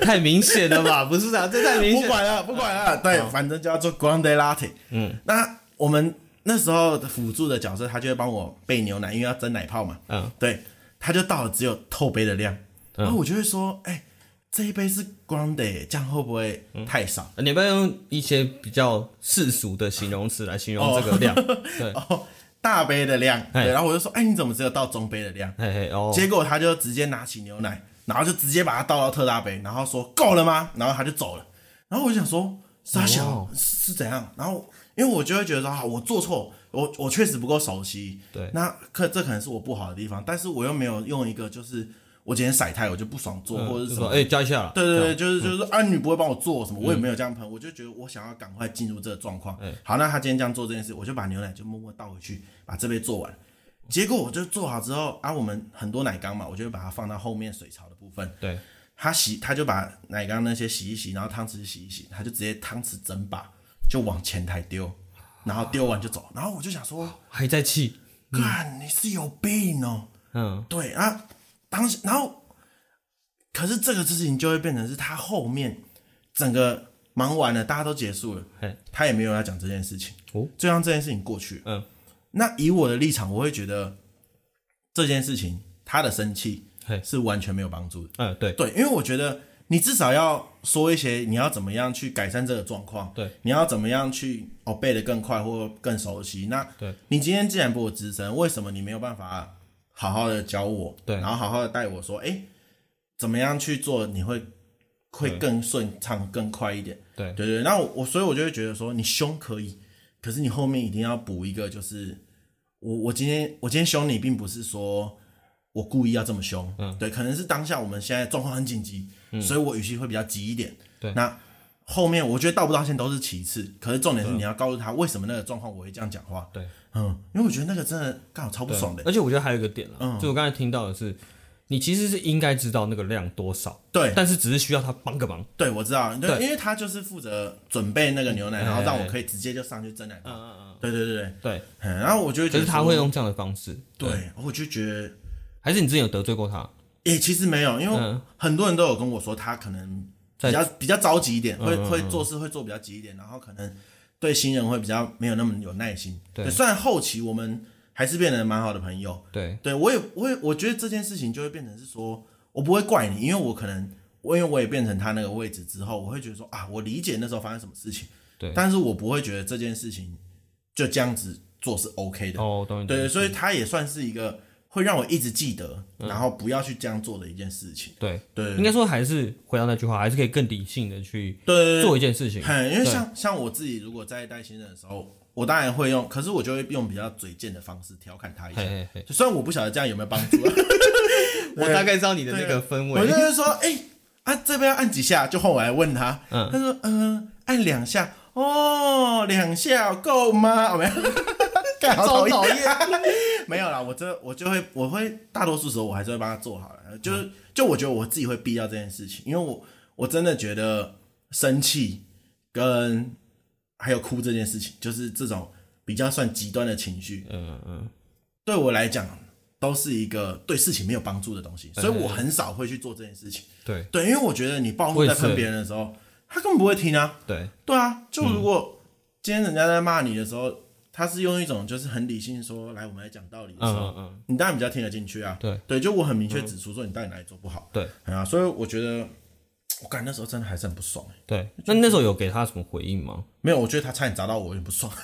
Speaker 1: 太明显了吧？不是啊，这太明
Speaker 2: 不
Speaker 1: 显。
Speaker 2: 管了，不管了，对，反正就要做 Grande Latte。嗯，那我们那时候的辅助的角色，他就会帮我备牛奶，因为要蒸奶泡嘛。
Speaker 1: 嗯，
Speaker 2: 对，他就倒了只有透杯的量，然后我就会说，哎、这一杯是 Grande，这样会不会太少？
Speaker 1: 呃你要不要用一些比较世俗的形容词来形容这个量？ 对，
Speaker 2: 哦，大杯的量。
Speaker 1: 哎
Speaker 2: 对，然后我就说，哎、你怎么只有倒中杯的量？
Speaker 1: 嘿嘿哦，
Speaker 2: 结果他就直接拿起牛奶，然后就直接把它倒到特大杯，然后说够了吗？然后他就走了。然后我就想说，傻小
Speaker 1: 哦
Speaker 2: 是是怎样？然后因为我就会觉得说，啊，我做错，我我确实不够熟悉。
Speaker 1: 对
Speaker 2: 那可这可能是我不好的地方，但是我又没有用一个就是我今天甩太我就不爽做、或者
Speaker 1: 就是是
Speaker 2: 什么
Speaker 1: 说，。哎，加一下啦。
Speaker 2: 对对对，就是就是说啊，你不会帮我做什么，我也没有这样喷，我就觉得我想要赶快进入这个状况。好，那他今天这样做这件事，我就把牛奶就默默倒回去，把这杯做完。结果我就做好之后啊，我们很多奶缸嘛，我就会把它放到后面水槽的部分。
Speaker 1: 对，
Speaker 2: 他洗，他就把奶缸那些洗一洗，然后汤匙洗一洗，他就直接汤匙整把就往前台丢，然后丢完就走。然后我就想说，
Speaker 1: 还在气。
Speaker 2: 干，你是有病哦、
Speaker 1: 嗯，
Speaker 2: 对啊，当时然后，可是这个事情就会变成是他后面整个忙完了，大家都结束了
Speaker 1: 嘿，
Speaker 2: 他也没有要讲这件事情，
Speaker 1: 哦
Speaker 2: 就让这件事情过去。
Speaker 1: 嗯，
Speaker 2: 那以我的立场，我会觉得这件事情他的生气
Speaker 1: 嘿
Speaker 2: 是完全没有帮助的。
Speaker 1: 嗯，对，
Speaker 2: 对，因为我觉得你至少要说一些你要怎么样去改善这个状况，
Speaker 1: 对，
Speaker 2: 你要怎么样去哦背得更快或更熟悉。那
Speaker 1: 对，
Speaker 2: 你今天既然比我资深，为什么你没有办法好好的教我，
Speaker 1: 对
Speaker 2: 然后好好的带我说，哎，怎么样去做你会会更顺畅、更快一点？
Speaker 1: 对
Speaker 2: 对对，那我我所以我就会觉得说，你凶可以，可是你后面一定要补一个，就是我我今天我今天凶你，并不是说我故意要这么凶，嗯，对，可能是当下我们现在状况很紧急，所以我语气会比较急一点。
Speaker 1: 嗯对
Speaker 2: 那后面我觉得道不道歉都是其次，可是重点是你要告诉他为什么那个状况我会这样讲话。
Speaker 1: 对，
Speaker 2: 嗯，因为我觉得那个真的刚好超不爽的。
Speaker 1: 而且我觉得还有一个点啦，就我刚才听到的是，你其实是应该知道那个量多少，
Speaker 2: 对
Speaker 1: 但是只是需要他帮个忙。
Speaker 2: 对，我知道，对，
Speaker 1: 对
Speaker 2: 因为他就是负责准备那个牛奶，然后让我
Speaker 1: 哎
Speaker 2: 可以直接就上去蒸奶泡。
Speaker 1: 嗯嗯，
Speaker 2: 对对对对，
Speaker 1: 对。
Speaker 2: 嗯然后我就会觉
Speaker 1: 可
Speaker 2: 得
Speaker 1: 是他
Speaker 2: 说
Speaker 1: 会用这样的方式，
Speaker 2: 对，我就觉得
Speaker 1: 还是你之前有得罪过他？
Speaker 2: 诶、其实没有，因为
Speaker 1: 嗯
Speaker 2: 很多人都有跟我说，他可能
Speaker 1: 在嗯
Speaker 2: 比较比较着急一点，会会做事会做比较急一点，然后可能对新人会比较没有那么有耐心。
Speaker 1: 对
Speaker 2: 虽然后期我们还是变得蛮好的朋友，
Speaker 1: 对
Speaker 2: 对我也我也我觉得这件事情就会变成是说，我不会怪你，因为我可能我因为我也变成他那个位置之后，我会觉得说啊，我理解那时候发生什么事情，
Speaker 1: 对
Speaker 2: 但是我不会觉得这件事情就这样子做是 OK 的。
Speaker 1: 哦，懂你
Speaker 2: 对，
Speaker 1: 对
Speaker 2: 所以他也算是一个会让我一直记得，然后不要去这样做的一件事情。
Speaker 1: 对，
Speaker 2: 对，
Speaker 1: 嗯应该说还是回到那句话，还是可以更理性的去
Speaker 2: 对，
Speaker 1: 做一件事情。
Speaker 2: 很，因为
Speaker 1: 对
Speaker 2: 像像我自己，如果在带新人的时候，我当然会用，可是我就会用比较嘴贱的方式调侃他一下
Speaker 1: 嘿。嘿嘿，
Speaker 2: 就虽然我不晓得这样有没有帮助啊，
Speaker 1: 我大概知道你的那个氛
Speaker 2: 我就
Speaker 1: 围。
Speaker 2: 会说，哎、啊这边要按几下，就后来问他，
Speaker 1: 嗯
Speaker 2: 他说，嗯、按两下，哦，两下够吗？哦、没有，干好讨厌， 没有啦，我这我就会我会大多数时候我还是会帮他做好了，就是、就我觉得我自己会避掉这件事情，因为我我真的觉得生气跟还有哭这件事情，就是这种比较算极端的情绪，
Speaker 1: 嗯嗯，
Speaker 2: 对我来讲都是一个对事情没有帮助的东西，所以我很少会去做这件事情。
Speaker 1: 对
Speaker 2: 对，因为我觉得你暴怒在喷别人的时候，他根本不会听啊。
Speaker 1: 对
Speaker 2: 对啊，就
Speaker 1: 嗯
Speaker 2: 如果今天人家在骂你的时候，他是用一种就是很理性说，来我们来讲道理的时
Speaker 1: 嗯
Speaker 2: 候，
Speaker 1: 嗯嗯，
Speaker 2: 你当然比较听得进去啊。
Speaker 1: 对嗯
Speaker 2: 对，就我很明确指出说你到底哪里做不好。
Speaker 1: 对，
Speaker 2: 哎呀，所以我觉得我感那时候真的还是很不爽、欸。
Speaker 1: 对。那那时候有给他什么回应吗？
Speaker 2: 没有，我觉得他差点砸到我，我有点不爽。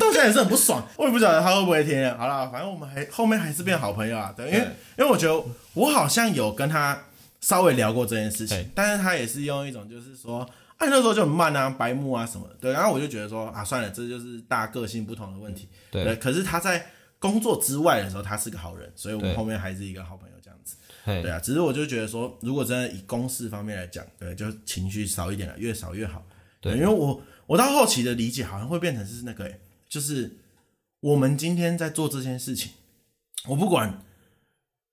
Speaker 2: 到现在也是很不爽，我也不晓得他会不会听。好啦，反正我们还后面还是变好朋友啊。对，因为因为我觉得我好像有跟他稍微聊过这件事
Speaker 1: 对
Speaker 2: 情，但是他也是用一种就是说，哎、那时候就很慢啊，白目啊什么的。对，然后我就觉得说啊，算了，这就是大家个性不同的问题。
Speaker 1: 嗯对
Speaker 2: 可是他在工作之外的时候，他是个好人，所以我们
Speaker 1: 对
Speaker 2: 后面还是一个好朋友这样子。
Speaker 1: 嘿
Speaker 2: 对，啊，只是我就觉得说，如果真的以公事方面来讲，对，就情绪少一点了，越少越好。
Speaker 1: 对
Speaker 2: 因为我我到后期的理解好像会变成是那个、欸就是我们今天在做这件事情，我不管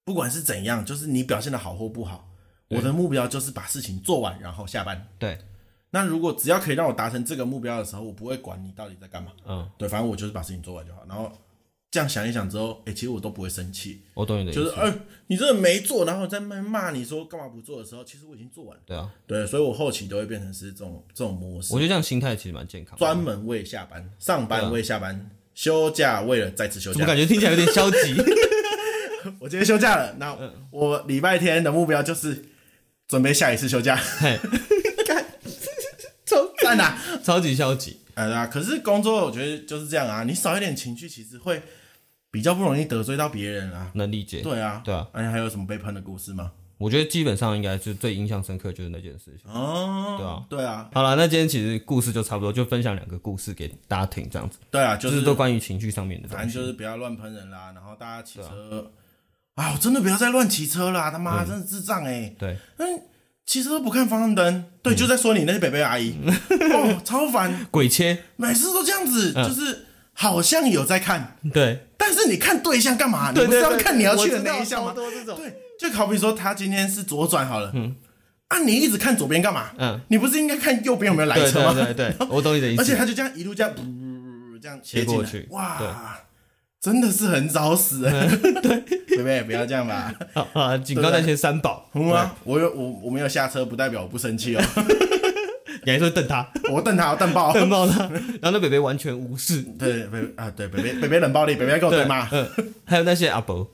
Speaker 2: 不管是怎样，就是你表现的好或不好，我的目标就是把事情做完，然后下班。
Speaker 1: 对，
Speaker 2: 那如果只要可以让我达成这个目标的时候，我不会管你到底在干嘛，
Speaker 1: 嗯，
Speaker 2: 对，反正我就是把事情做完就好。然后这样想一想之后，哎、其实我都不会生气，
Speaker 1: 我懂你的意
Speaker 2: 就是
Speaker 1: 思。
Speaker 2: 哎、你真的没做，然后在那边骂你说干嘛不做的时候，其实我已经做完了。
Speaker 1: 对啊，
Speaker 2: 对，所以我后期都会变成是这种这种模式
Speaker 1: 我，觉得这样心态其实蛮健康的。
Speaker 2: 专门为下班，上班为下班，休假为了再次休
Speaker 1: 怎么
Speaker 2: 假。
Speaker 1: 感觉听起来有点消极？
Speaker 2: 我今天休假了，那
Speaker 1: 嗯
Speaker 2: 我礼拜天的目标就是准备下一次休假。
Speaker 1: 嘿，
Speaker 2: 超赞啊！
Speaker 1: 超级消极。
Speaker 2: 哎呀，可是工作我觉得就是这样啊，你少一点情绪，其实会比较不容易得罪到别人啊。
Speaker 1: 能理解。
Speaker 2: 对啊，
Speaker 1: 对啊，
Speaker 2: 哎，还有什么被喷的故事吗？
Speaker 1: 我觉得基本上应该是最印象深刻就是那件事情。
Speaker 2: 哦，
Speaker 1: 对啊，
Speaker 2: 对啊，
Speaker 1: 好了，那今天其实故事就差不多，就分享两个故事给大家听，这样子，
Speaker 2: 对啊，就
Speaker 1: 就是
Speaker 2: 是
Speaker 1: 都关于情绪上面的
Speaker 2: 反
Speaker 1: 东
Speaker 2: 正
Speaker 1: 西。
Speaker 2: 就是不要乱喷人啦，然后大家骑车啊，我真的不要再乱骑车啦！他妈，
Speaker 1: 嗯
Speaker 2: 真的智障哎、欸！
Speaker 1: 对，
Speaker 2: 嗯，骑车都不看方向灯，
Speaker 1: 嗯
Speaker 2: 对，就在说你那些北北阿姨，哦，超烦，
Speaker 1: 鬼切，
Speaker 2: 每次都这样子，
Speaker 1: 嗯
Speaker 2: 就是好像有在看，
Speaker 1: 对，
Speaker 2: 但是你看对象干嘛？
Speaker 1: 对
Speaker 2: 你不是
Speaker 1: 对
Speaker 2: 要
Speaker 1: 对
Speaker 2: 看你要
Speaker 1: 我
Speaker 2: 去的
Speaker 1: 知道
Speaker 2: 那一项吗
Speaker 1: 超？多这种，
Speaker 2: 对，就好比说他今天是左转好了，嗯，啊，你一直看左边干嘛？
Speaker 1: 嗯，
Speaker 2: 你不是应该看右边有没有来
Speaker 1: 对
Speaker 2: 车吗？
Speaker 1: 对对对，我懂你 的意
Speaker 2: 而且
Speaker 1: 思。
Speaker 2: 他就这样一路这样，这样切
Speaker 1: 切过
Speaker 2: 进
Speaker 1: 去嗯
Speaker 2: 来，哇，真的是很早死、 对，贝贝不要这样吧。
Speaker 1: 好啊，警告那些三 宝，
Speaker 2: 红啊，我有我我没有下车，不代表我不生气哦。
Speaker 1: 你还说瞪 他，
Speaker 2: 我瞪他，我 瞪爆。
Speaker 1: 瞪爆他，然后那北北完全无视。
Speaker 2: 对，贝贝啊，对，贝贝贝贝冷暴力，贝贝跟哦我对骂。
Speaker 1: 嗯，还有那些阿伯，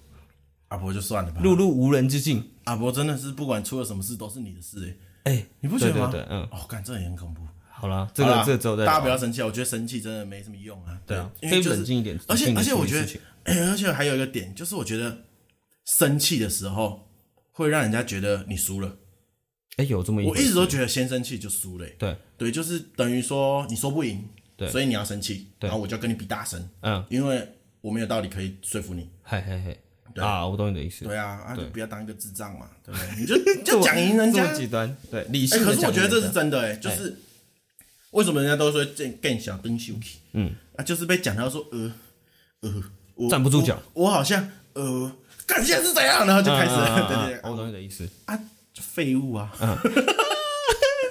Speaker 2: 阿伯就算了吧，
Speaker 1: 入入无人之境。
Speaker 2: 阿伯真的是不管出了什么事都是你的事哎，
Speaker 1: 哎，
Speaker 2: 你不觉得吗？
Speaker 1: 对对对嗯，
Speaker 2: 哦，干这也很恐怖。
Speaker 1: 好啦，这
Speaker 2: 好
Speaker 1: 个
Speaker 2: 啦
Speaker 1: 这个之后再
Speaker 2: 大家
Speaker 1: 聊
Speaker 2: 不要生气，我觉得生气真的没什么用啊。
Speaker 1: 对啊
Speaker 2: 因为
Speaker 1: 可以
Speaker 2: 就是
Speaker 1: 冷静一点
Speaker 2: 而且
Speaker 1: 冷静地
Speaker 2: 而且我
Speaker 1: 处理
Speaker 2: 觉得
Speaker 1: 事情，
Speaker 2: 哎， 而且还有一个点，就是我觉得生气的时候会让人家觉得你输了。
Speaker 1: 哎，有这么一
Speaker 2: 我
Speaker 1: 回
Speaker 2: 一直
Speaker 1: 事，
Speaker 2: 都觉得先生气就输了、欸
Speaker 1: 对，
Speaker 2: 对，就是等于说你说不赢，
Speaker 1: 对
Speaker 2: 所以你要生气，
Speaker 1: 对
Speaker 2: 然后我就跟你比大声，
Speaker 1: 嗯，
Speaker 2: 因为我没有道理可以说服你。
Speaker 1: 嘿嘿嘿，啊，我懂你的意思。
Speaker 2: 对啊，啊，就
Speaker 1: 对
Speaker 2: 不要当一个智障 嘛，对不对？你就你就讲赢人家。
Speaker 1: 这么极端，对，理
Speaker 2: 哎、
Speaker 1: 性地
Speaker 2: 可是我
Speaker 1: 讲
Speaker 2: 觉得
Speaker 1: 赢
Speaker 2: 这
Speaker 1: 人
Speaker 2: 是
Speaker 1: 家
Speaker 2: 真的哎、就是为什么人家都说这更小灯秀气，嗯，啊，就是被讲到说呃呃，我
Speaker 1: 站不住脚
Speaker 2: 我，我好像呃，干现在是怎样，然后就开始，
Speaker 1: 嗯嗯嗯
Speaker 2: 对对
Speaker 1: 嗯
Speaker 2: 对，
Speaker 1: 我懂你的意思。
Speaker 2: 啊，就废物啊！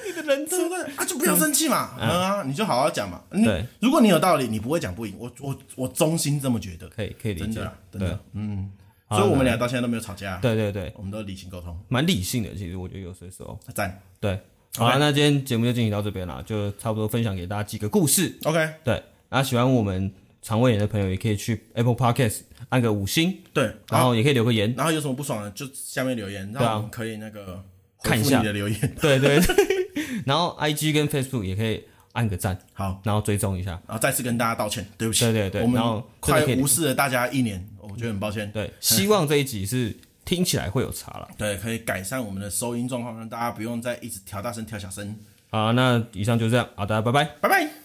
Speaker 2: 你的人真的啊，就不要生气嘛，嗯啊，你就好好讲嘛。你
Speaker 1: 嗯对
Speaker 2: 如果你有道理，你不会讲不赢，我我我衷心这么觉得，
Speaker 1: 可以可以理解
Speaker 2: 真的啊真
Speaker 1: 对
Speaker 2: 的，嗯。所以我们俩到现在都没有吵架，
Speaker 1: 对对对，
Speaker 2: 我们都理性沟通，
Speaker 1: 蛮理性的，其实我觉得有些时候，
Speaker 2: 赞。
Speaker 1: 对，好啦，那今天节目就进行到这边啦，就差不多分享给大家几个故事。
Speaker 2: OK，
Speaker 1: 对，那喜欢我们肠胃炎的朋友也可以去 Apple Podcast 按个五星，
Speaker 2: 对，
Speaker 1: 然
Speaker 2: 然后
Speaker 1: 后也可以留个言。
Speaker 2: 然后有什么不爽的，就下面留言，
Speaker 1: 啊
Speaker 2: 让我们可以那个回复
Speaker 1: 看一下
Speaker 2: 你的留言。
Speaker 1: 对对对，然后 IG 跟 Facebook 也可以按个赞，
Speaker 2: 好，
Speaker 1: 然后追踪一下。
Speaker 2: 然后再次跟大家道歉，对不起，
Speaker 1: 对对对
Speaker 2: 我们
Speaker 1: 然后这个
Speaker 2: 快
Speaker 1: 可以嗯
Speaker 2: 无视了大家一年，哦我觉得很抱歉。
Speaker 1: 对，希望这一集是听起来会有差了。
Speaker 2: 对，可以改善我们的收音状况，让大家不用再一直调大声、调小声。
Speaker 1: 好，那以上就这样，好，大家拜拜。
Speaker 2: 拜拜。